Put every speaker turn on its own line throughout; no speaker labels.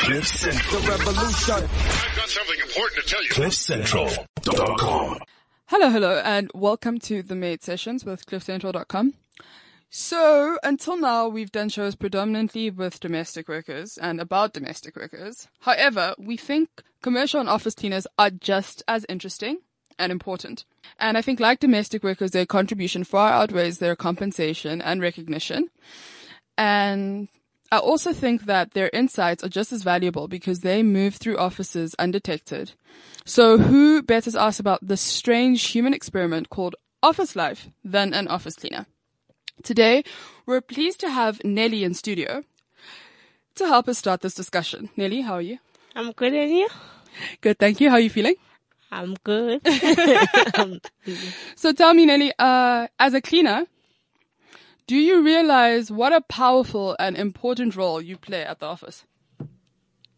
The revolution.
I've got something important to tell you.
CliffCentral.com.
Hello, hello, and welcome to the Made Sessions with CliffCentral.com. So, until now, we've done shows predominantly with domestic workers and about domestic workers. However, we think commercial and office cleaners are just as interesting and important. And I think, like domestic workers, their contribution far outweighs their compensation and recognition. And I also think that their insights are just as valuable because they move through offices undetected. So who better to ask about this strange human experiment called office life than an office cleaner? Today, we're pleased to have Nelly in studio to help us start this discussion. Nelly, how are you?
I'm good, and you?
Good, thank you. How are you feeling?
I'm good.
So tell me, Nelly, uh, as a cleaner, do you realize what a powerful and important role you play at the office?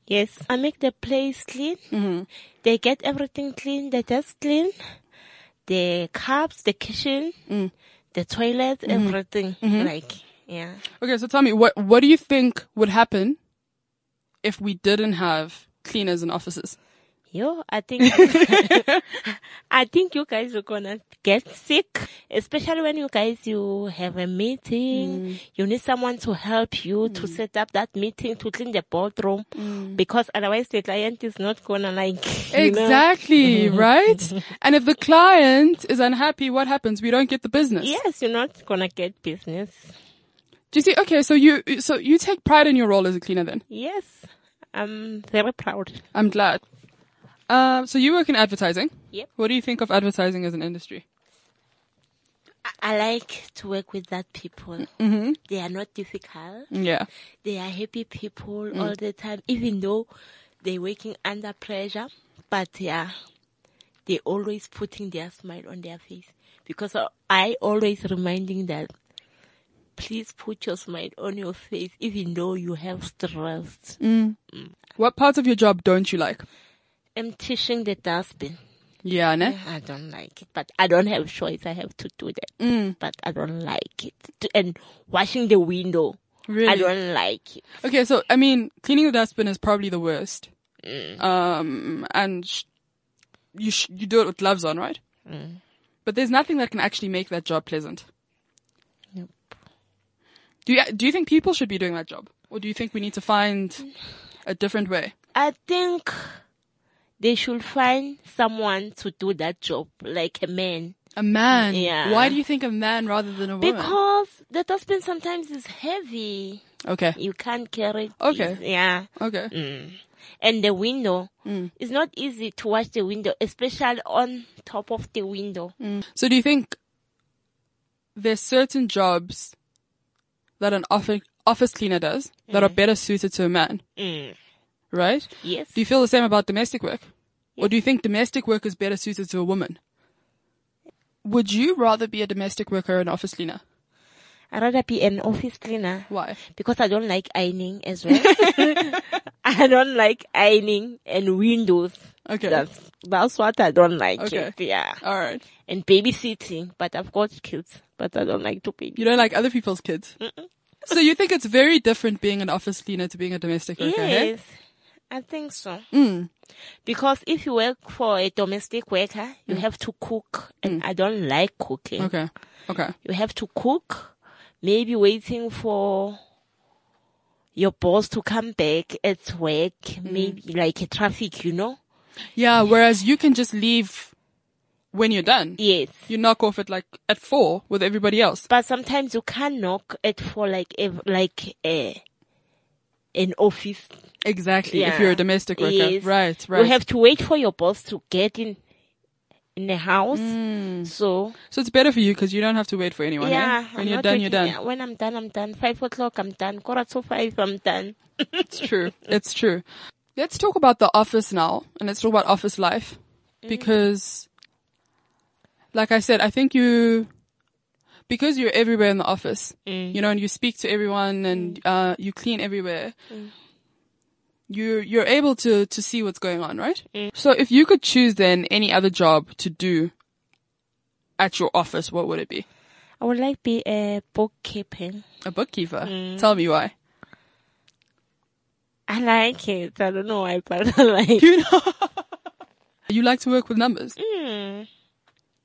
yes, I make the place clean. They get everything clean, the desk clean, the cups, the kitchen, the toilet, everything. Like, yeah.
Okay, so tell me, what what do you think would happen if we didn't have cleaners in offices?
Yo, I think, I think you guys are gonna get sick, especially when you guys, you have a meeting, you need someone to help you to set up that meeting, to clean the boardroom, because otherwise the client is not gonna like, you know.
Exactly, right? And if the client is unhappy, what happens? We don't get the business.
Yes, you're not gonna get business.
Do you see? Okay, so you so you take pride in your role as a cleaner then.
Yes, I'm very proud.
I'm glad. Um, so you work in advertising.
Yep.
What do you think of advertising as an industry?
I, I like to work with that people. They are not difficult.
Yeah.
They are happy people all the time, even though they're working under pressure. But yeah, they always putting their smile on their face because I- I always reminding that. Please put your smile on your face, even though you have stress.
What parts of your job don't you like?
I'm teaching the dustbin.
Yeah, ne?
I don't like it, but I don't have choice. I have to do that.
Mm.
But I don't like it. T- And washing the window, I
Really?
don't like it.
Okay, so I mean, cleaning the dustbin is probably the worst.
Mm.
Um, and sh- you sh- you do it with gloves on, right?
Mm.
But there's nothing that can actually make that job pleasant.
Nope.
Do you do you think people should be doing that job, or do you think we need to find a different way?
I think they should find someone to do that job, like a man,
A man.
Yeah.
Why do you think a man rather than a woman?
because the dustbin sometimes is heavy.
okay.
You can't carry. it.
Okay.
easy. Yeah.
Okay.
And the window,
Mm.
it's not easy to wash the window, especially on top of the window.
So do you think there's certain jobs that an office office cleaner does that are better suited to a man?
Mm.
Right?
Yes.
Do you feel the same about domestic work? Or do you think domestic work is better suited to a woman? Would you rather be a domestic worker or an office cleaner?
I'd rather be an office cleaner.
Why?
because I don't like ironing as well. I don't like ironing and windows.
Okay.
That's that's what I don't like.
Okay.
It. Yeah,
All right.
and babysitting. But I've got kids, but I don't like to babysit.
You don't like other people's kids. So you think it's very different being an office cleaner to being a domestic worker? hey?
Yes, I think so.
Hmm.
Because if you work for a domestic worker, you have to cook, and I don't like cooking.
Hmm. Okay. Okay.
You have to cook, maybe waiting for your boss to come back at work,
Hmm.
maybe like a traffic, you know.
Yeah. Whereas you can just leave when you're done.
Yes.
You knock off at like at four with everybody else.
But sometimes you can knock it for like a, like a, an office.
Exactly. If
Yeah.
you're a domestic worker.
Yes.
Right. Right.
You have to wait for your boss to get in in the house.
Mm.
So
so it's better for you because you don't have to wait for anyone.
yeah,
eh?
I'm
When you're
not
done, you're
working.
done.
Yeah, When I'm done, I'm done. Five o'clock, I'm done. Quarter to five, I'm done.
It's true. It's true. Let's talk about the office now and let's talk about office life because, like I said, I think you, because you're everywhere in the office, you know, and you speak to everyone and, uh, you clean everywhere, you, you're able to, to see what's going on, right? So if you could choose then any other job to do at your office, what would it be?
I would like be a bookkeeping.
A bookkeeper. Tell me why.
I like it. I don't know why, but I like
You know, you like to work with numbers.
Mm.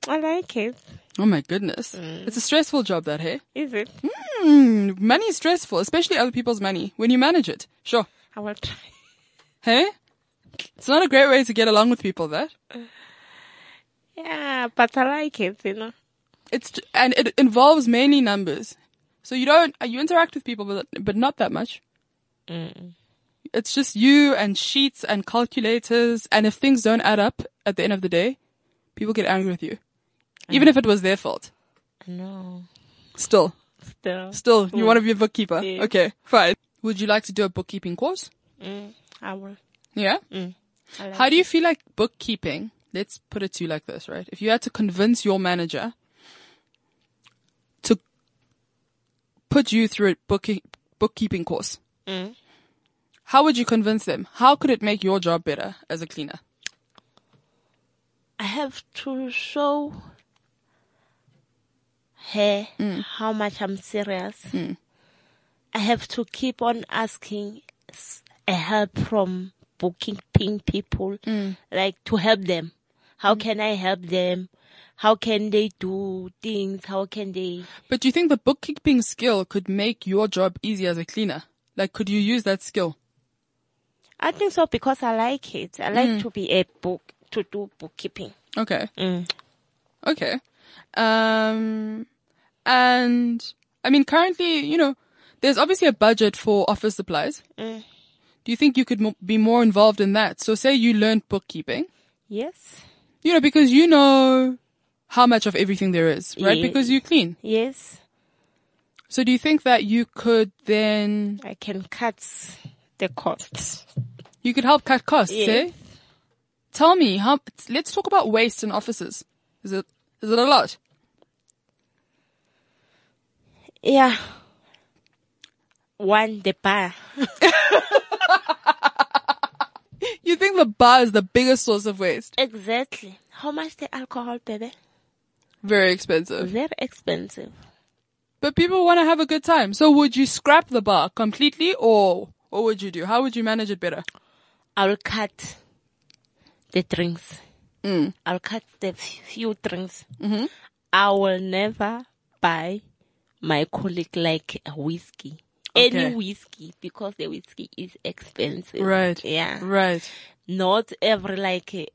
Hmm. I like it.
Oh my goodness, it's a stressful job that hey.
Is it?
Mm, money is stressful, especially other people's money. When you manage it, sure.
I will try.
Hey, it's not a great way to get along with people. That
Yeah, but I like it, you know.
it's j- and it involves mainly numbers, so you don't uh, you interact with people, but but not that much. It's just you and sheets and calculators, and if things don't add up at the end of the day, people get angry with you, even if it was their fault.
No,
Still,
still,
still, you want to be a bookkeeper?
Yeah.
Okay, fine. Would you like to do a bookkeeping course?
I will.
Yeah.
Mm. I like
How do you feel like bookkeeping? Let's put it to you like this, right? If you had to convince your manager to put you through a booking, bookkeeping course,
Mm.
how would you convince them? How could it make your job better as a cleaner?
I have to show her how much I'm serious. I have to keep on asking s- a help from booking ping people, like to help them. How can I help them? How can they do things? How can they?
But do you think the bookkeeping skill could make your job easy as a cleaner? Like, could you use that skill?
I think so because I like it. I like to be a book to do bookkeeping.
Okay. Okay. Um, and I mean, currently, you know, there's obviously a budget for office supplies.
Mm.
Do you think you could mo- be more involved in that? So say you learned bookkeeping,
Yes.
you know, because you know how much of everything there is, right?
Yeah.
Because you clean.
Yes.
So do you think that you could then,
I can cut the costs.
you could help cut costs,
Yes.
eh? Tell me how, let's talk about waste in offices. Is it, is it a lot?
Yeah. One the bar.
You think the bar is the biggest source of waste?
Exactly. How much the alcohol, baby?
Very expensive.
Very expensive.
But people want to have a good time. So would you scrap the bar completely or what would you do? How would you manage it better?
I'll cut the drinks. I'll cut the f- few drinks. I will never buy my colleague like a whiskey.
Okay.
Any whiskey because the whiskey is expensive.
Right.
Yeah.
Right.
not every like eh,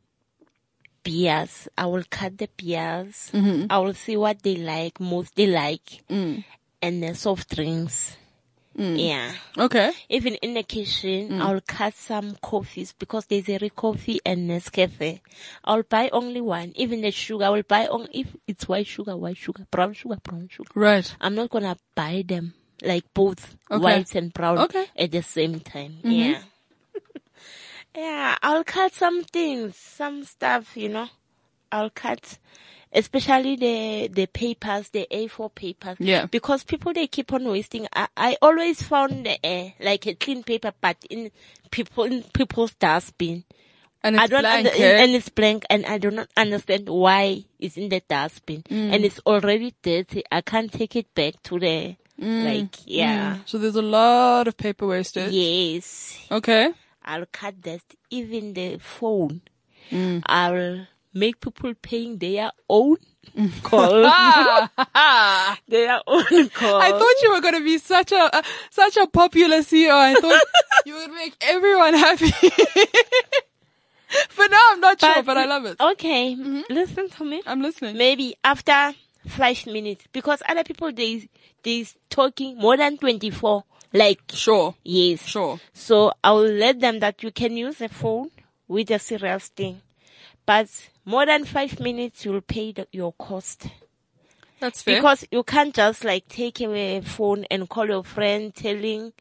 beers. I will cut the beers. I will see what they like, most they like, and the soft drinks. Yeah.
Okay.
Even in the kitchen, I'll cut some coffees because there's a Re coffee and Nescafe. I'll buy only one. Even the sugar, I will buy only if it's white sugar, white sugar, brown sugar, brown sugar.
Right.
I'm not gonna buy them like both
Okay.
white and brown
Okay. Mm-hmm.
at the same time. Yeah. yeah, I'll cut some things, some stuff, you know. I'll cut especially the the papers, the A4 papers.
Yeah.
Because people they keep on wasting. I, I always found uh, like a clean paper but in people in people's dustbin.
And it's
I don't
blank.
under-
eh?
and it's blank, and I do not understand why it's in the dustbin,
Mm.
and it's already dirty. I can't take it back to the
Mm.
like yeah.
so there's a lot of paper wasted.
Yes,
Okay.
I'll cut that. Even the phone,
Mm.
I'll make people paying their own call, their own call.
I thought you were going to be such a, uh, such a popular CEO. I thought you would make everyone happy. but now I'm not sure, but oh. I love it.
Okay,
Mm-hmm.
listen to me.
I'm listening.
maybe after five minutes because other people they they talking more than 24 like
Sure.
yes
Sure.
so i will let them that you can use a phone with a serious thing but more than five minutes you'll pay the, your cost
That's fair.
because you can't just like take away a phone and call your friend telling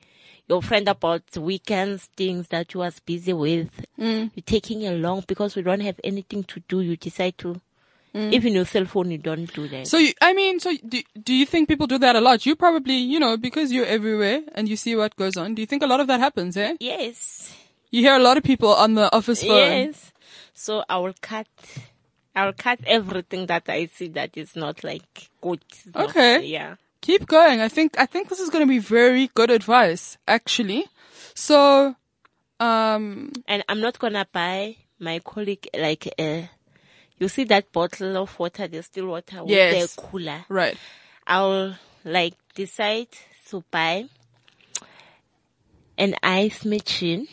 your friend about weekends things that you was busy with.
Mm.
You're taking a long because we don't have anything to do. You decide to, even your cell phone, you don't do that.
Mm. So you, I mean, so do, do you think people do that a lot? You probably, you know, because you're everywhere and you see what goes on. Do you think a lot of that happens? Eh?
yes,
You hear a lot of people on the office phone.
yes. So I will cut. I will cut everything that I see that is not like good. It's not-
Okay.
yeah.
Keep going. I think I think this is going to be very good advice, actually. So Um,
And I'm not gonna buy my colleague like uh you see that bottle of water, the still water with
Yes.
the cooler.
right.
I'll like decide to buy an ice machine.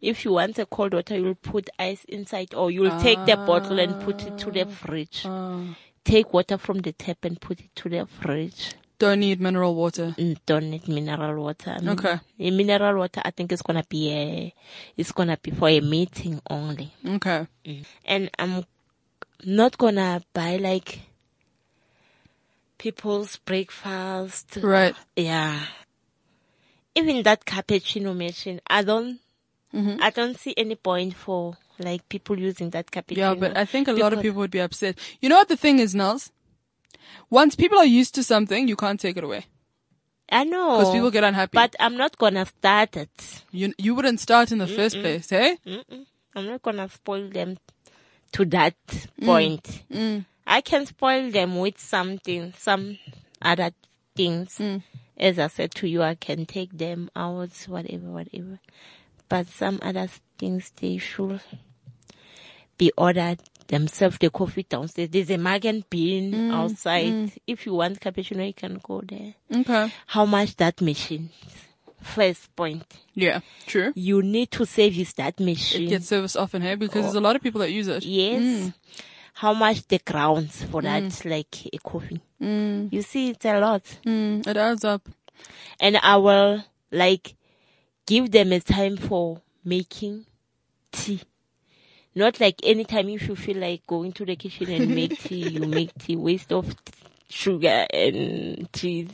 If you want a cold water, you'll put ice inside, or you'll take the bottle and put it to the fridge. Take water from the tap and put it to the fridge.
Don't need mineral water.
Mm, Don't need mineral water. I mean,
Okay.
the mineral water, I think it's gonna be a, it's gonna be for a meeting only
Okay.
and I'm not gonna buy like people's breakfast.
Right.
Yeah. Even that cappuccino machine, I don't,
Mm-hmm.
I don't see any point for like people using that cappuccino.
Yeah, but I think a lot of
because-
people would be upset. You know what the thing is, Nels? Once people are used to something, you can't take it away.
I know.
Because people get unhappy.
Oh, But I'm not gonna start it.
You, you wouldn't start in the first place, hey?
I'm not gonna spoil them to that point. I can spoil them with something, some other things. As I said to you, I can take them out, whatever, whatever. But some other things they should be ordered themselves. The coffee downstairs. There's a mug and bean outside. If you want cappuccino, you can go there.
Okay.
How much that machine? First point.
Yeah, true.
You need to service that machine.
Get service often, hey? Because there's a lot of people that use it.
Yes. How much the grounds for that, like a coffee. Mm. You see, it's a lot.
Mm, it adds up.
And I will, like, give them a time for making tea. Not like anytime if you feel like going to the kitchen and make tea, you make tea, waste of sugar and cheese.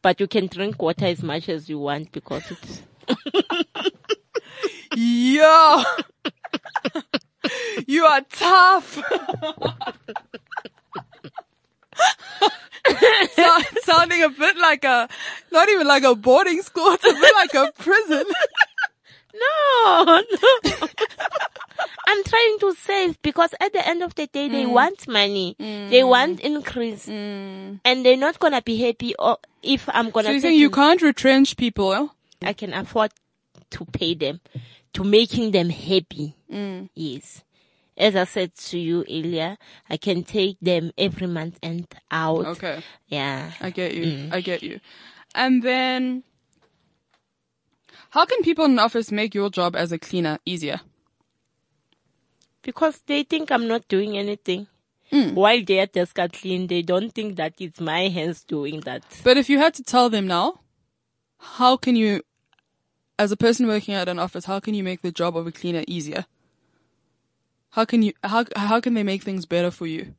But you can drink water as much as you want because it's,
Yeah. you are tough. Sound- sounding a bit like a, not even like a boarding school, it's a bit like a prison.
No, no. I'm trying to save because at the end of the day,
Mm.
they want money. They want increase. And they're not going to be happy or if I'm going
So
to
you think you can't retrench people? eh?
I can afford to pay them to making them happy.
Mm.
Yes. As I said to you earlier, I can take them every month and out.
Okay.
Yeah.
I get you. I get you. And then, how can people in the office make your job as a cleaner easier?
because they think I'm not doing anything.
Mm.
While they are desk are clean, they don't think that it's my hands doing that.
But if you had to tell them now, how can you, as a person working at an office, how can you make the job of a cleaner easier? How can you, how, how can they make things better for you?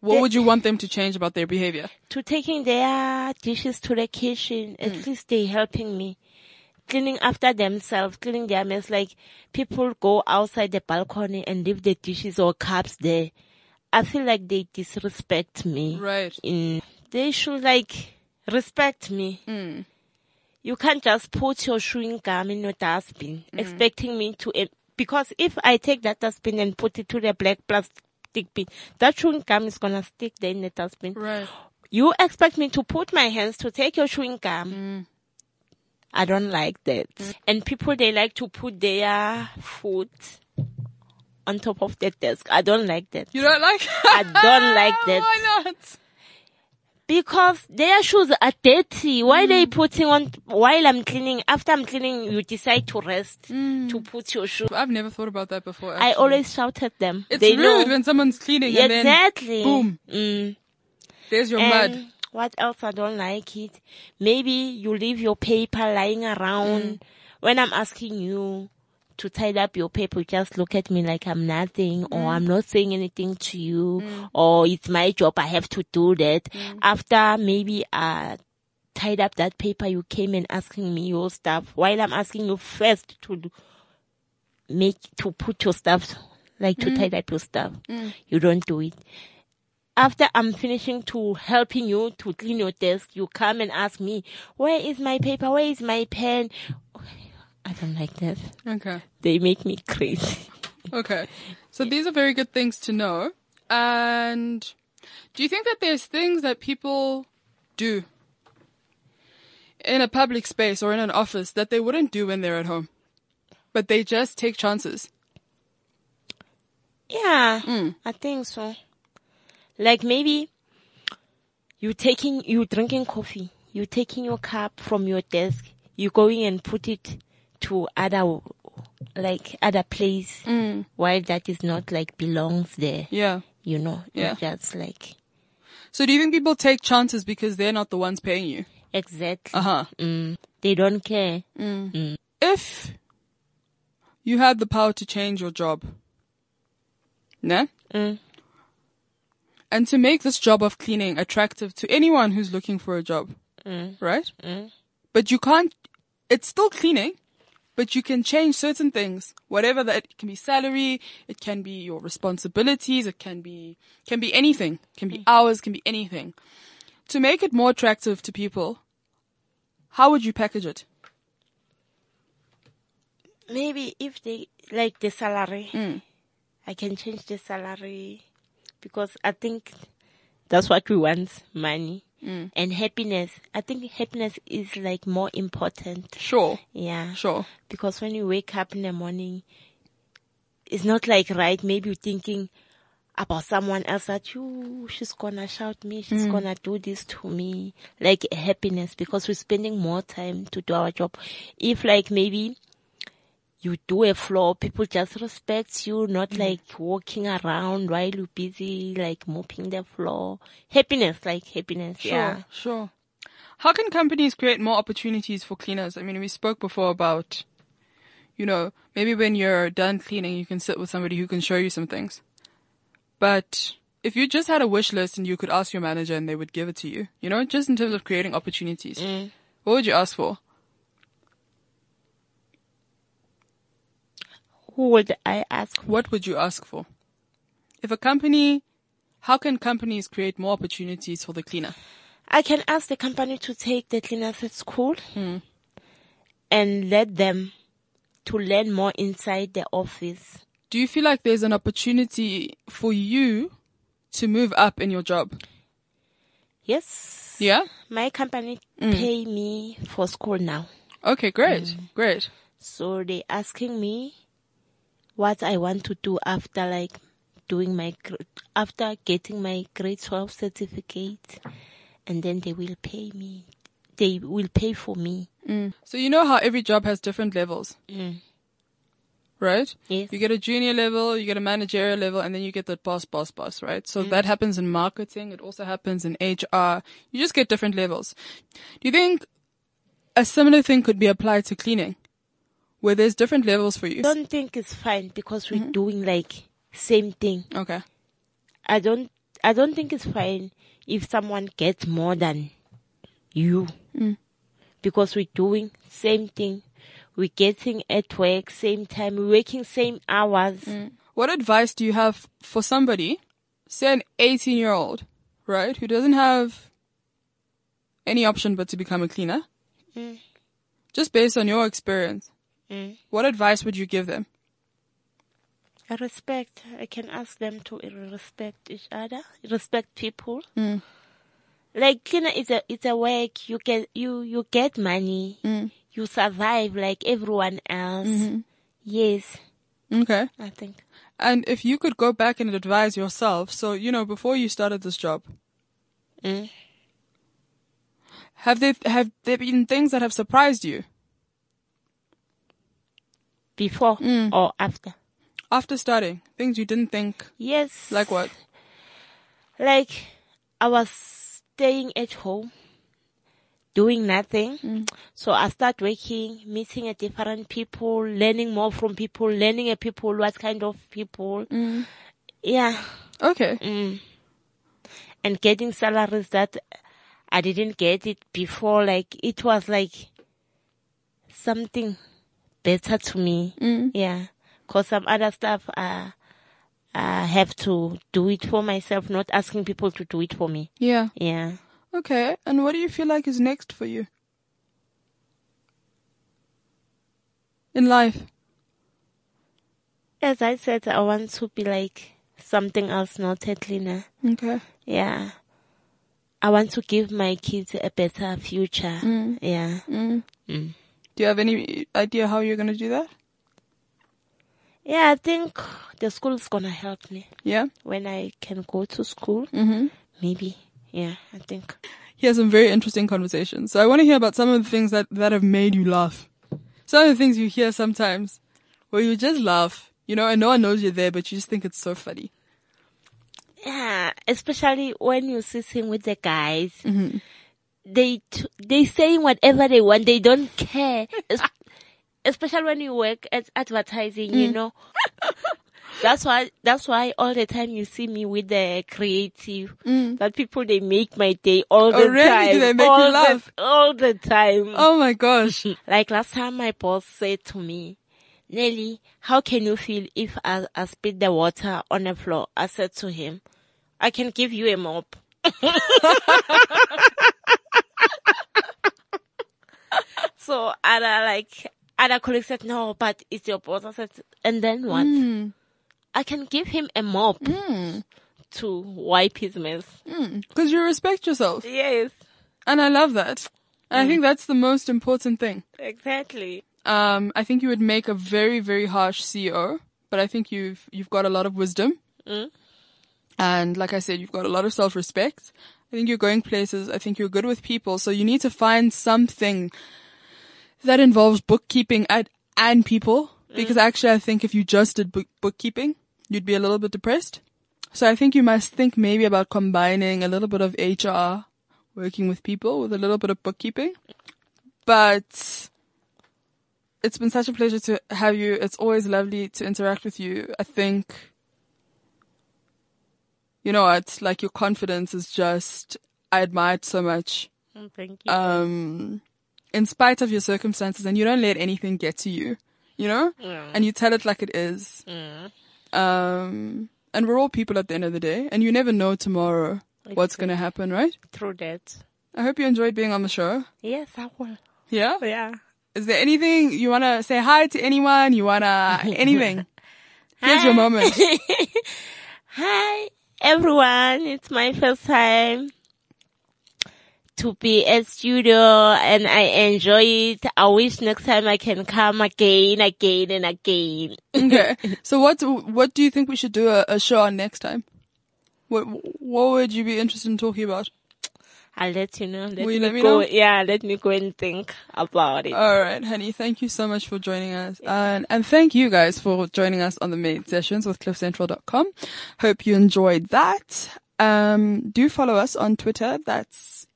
What
They-
would you want them to change about their behavior?
To taking their dishes to the kitchen, at least they helping me. Cleaning after themselves, cleaning their mess. Like people go outside the balcony and leave the dishes or cups there. I feel like they disrespect me.
Right.
in they should like respect me. You can't just put your chewing gum in your dustbin expecting me to eh, because if I take that dustbin and put it to the black plastic bin, that chewing gum is gonna stick there in the dustbin.
Right.
You expect me to put my hands to take your chewing gum.
Mm.
I don't like that. And people they like to put their food on top of the desk. I don't like that.
You don't like?
I don't like that.
Why not?
Because their shoes are dirty. Why they
Mm.
putting on while I'm cleaning? After I'm cleaning, you decide to rest
Mm.
to put your shoe.
I've never thought about that before.
I
actually.
always shout at them.
It's
they
rude
know
when someone's cleaning and then
exactly.
boom.
Mm.
there's your
And
mud.
what else? I don't like it. Maybe you leave your paper lying around.
Mm.
When I'm asking you to tidy up your paper, you just look at me like I'm nothing
Mm.
or I'm not saying anything to you or it's my job. I have to do that.
Mm.
After maybe I tied up that paper, you came and asking me your stuff while I'm asking you first to do- make, to put your stuff, like
Mm.
to tidy up your stuff. You don't do it after I'm finishing to helping you to clean your desk, you come and ask me, where is my paper? Where is my pen? I don't like that.
Okay.
They make me crazy.
Okay. So these are very good things to know. And do you think that there's things that people do in a public space or in an office that they wouldn't do when they're at home? but they just take chances.
Yeah, I think so. Like maybe you taking you drinking coffee, you taking your cup from your desk, you going and put it to other like other place while that is not like belongs there.
Yeah.
You know,
Yeah.
It's just like
So do you think people take chances because they're not the ones paying you?
exactly.
Uh huh.
Mm, they don't care.
If you had the power to change your job, ne? And to make this job of cleaning attractive to anyone who's looking for a job, right? But you can't, it's still cleaning, but you can change certain things, whatever that, it can be salary, it can be your responsibilities, it can be, can be anything, can be hours, can be anything. To make it more attractive to people, how would you package it?
Maybe if they like the salary, I can change the salary because I think that's what we want money and happiness. I think happiness is like more important.
Sure.
Yeah.
Sure.
Because when you wake up in the morning, it's not like right. Maybe you're thinking about someone else that you, she's gonna shout me, she's gonna do this to me. Like happiness because we're spending more time to do our job. If like maybe you do a floor, people just respect you, not like walking around while you're busy, like mopping the floor. Happiness, like happiness.
Sure.
Yeah.
Sure. How can companies create more opportunities for cleaners? I mean, we spoke before about, you know, maybe when you're done cleaning, you can sit with somebody who can show you some things. But if you just had a wish list and you could ask your manager and they would give it to you, you know, just in terms of creating opportunities, what would you ask for?
Who would I ask?
What would you ask for? If a company, how can companies create more opportunities for the cleaner?
I can ask the company to take the cleaners at school and let them to learn more inside the office.
Do you feel like there's an opportunity for you to move up in your job?
Yes.
Yeah.
My company pay me for school now.
Okay, great,
Mm.
great.
So they asking me what I want to do after like doing my gr- after getting my grade 12 certificate and then they will pay me. They will pay for me.
So you know how every job has different levels, right?
Mm. Yes.
You get a junior level, you get a managerial level, and then you get the boss, boss, boss, right? So
Mm.
that happens in marketing. It also happens in HR. You just get different levels. Do you think a similar thing could be applied to cleaning, where there's different levels for you?
Don't think it's fine because we're doing like same thing.
Okay.
I don't I don't think it's fine if someone gets more than you. Because we're doing same thing. We're getting at work same time, we're working same hours.
What advice do you have for somebody, say an 18 year old, right, who doesn't have any option but to become a cleaner? Just based on your experience, what advice would you give them?
I respect. I can ask them to respect each other, respect people. Like cleaner is a it's a work. You get you you get money. You survive like everyone else. Yes,
Okay.
I think.
And if you could go back and advise yourself, so, you know, before you started this job,
Mm.
have there, have there been things that have surprised you
Before or after.
after starting? Things you didn't think,
Yes.
like what?
Like I was staying at home, doing nothing.
Mm.
So I start working, meeting a different people, learning more from people, learning a people, what kind of people.
Mm.
Yeah.
Okay.
Mm. And getting salaries that I didn't get it before. Like it was like something better to me.
Mm.
Yeah. Cause some other stuff, uh, I have to do it for myself, not asking people to do it for me.
Yeah.
Yeah.
Okay. And what do you feel like is next for you? In life.
As I said, I want to be like something else, not a cleaner.
Okay.
Yeah. I want to give my kids a better future. Yeah.
Do you have any idea how you're going to do that?
Yeah, I think the school is gonna help me
Yeah.
when I can go to school. Maybe. Yeah, I think.
He has some very interesting conversations. So I want to hear about some of the things that, that have made you laugh. Some of the things you hear sometimes where you just laugh, you know, and no one knows you're there, but you just think it's so funny.
Yeah, especially when you're sitting with the guys.
Mm-hmm.
They t- they saying whatever they want. They don't care. Es- especially when you work at advertising,
Mm.
you know. that's why that's why all the time you see me with the creative. That people they make my day all the
Mm. Oh, really? Do
time.
they make you
all the-
laugh?
all the time.
Oh my gosh.
Like last time my boss said to me, Nelly, how can you feel if I, I spit the water on the floor? I said to him, I can give you a mop. so and I like and I colleague said, No, but it's your boss. I said and then what? I can give him a mop Hmm. to wipe his mess.
Cause you respect yourself.
Yes,
And I love that. And I think that's the most important thing.
exactly.
Um, I think you would make a very, very harsh CEO, but I think you've you've got a lot of wisdom, and like I said, you've got a lot of self-respect. I think you're going places. I think you're good with people, so you need to find something that involves bookkeeping and and people. Because actually, I think if you just did book, bookkeeping, you'd be a little bit depressed. So I think you must think maybe about combining a little bit of HR, working with people, with a little bit of bookkeeping. But it's been such a pleasure to have you. It's always lovely to interact with you. I think, you know what, like your confidence is just, I admire it so much.
Thank you.
Um, in spite of your circumstances and you don't let anything get to you, you know? And you tell it like it is. Um, and we're all people at the end of the day and you never know tomorrow what's going to happen, right?
Through that.
I hope you enjoyed being on the show.
Yes, I will.
Yeah.
Yeah.
Is there anything you want to say hi to anyone? You want to anything? Here's your moment.
Hi, everyone. It's my first time to be at studio and I enjoy it. I wish next time I can come again, again and again.
Okay. So what what do you think we should do a, a show on next time? What what would you be interested in talking about?
I'll let you know. Let
Will you
me
let me
go.
know?
Yeah, let me go and think about it.
All right, honey. Thank you so much for joining us, and and thank you guys for joining us on the Made Sessions with CliffCentral.com. Hope you enjoyed that. Um, do follow us on Twitter. That's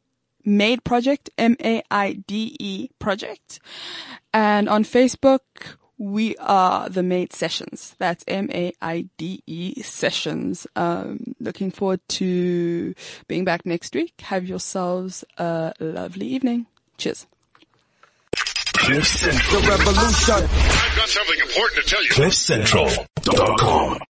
Made Project M A I D E Project, and on Facebook we are the Made Sessions. That's M A I D E Sessions. Um, looking forward to being back next week. Have yourselves a lovely evening. Cheers.
Cliff Central Revolution.
I've got something important to tell you.
CliffCentral.com.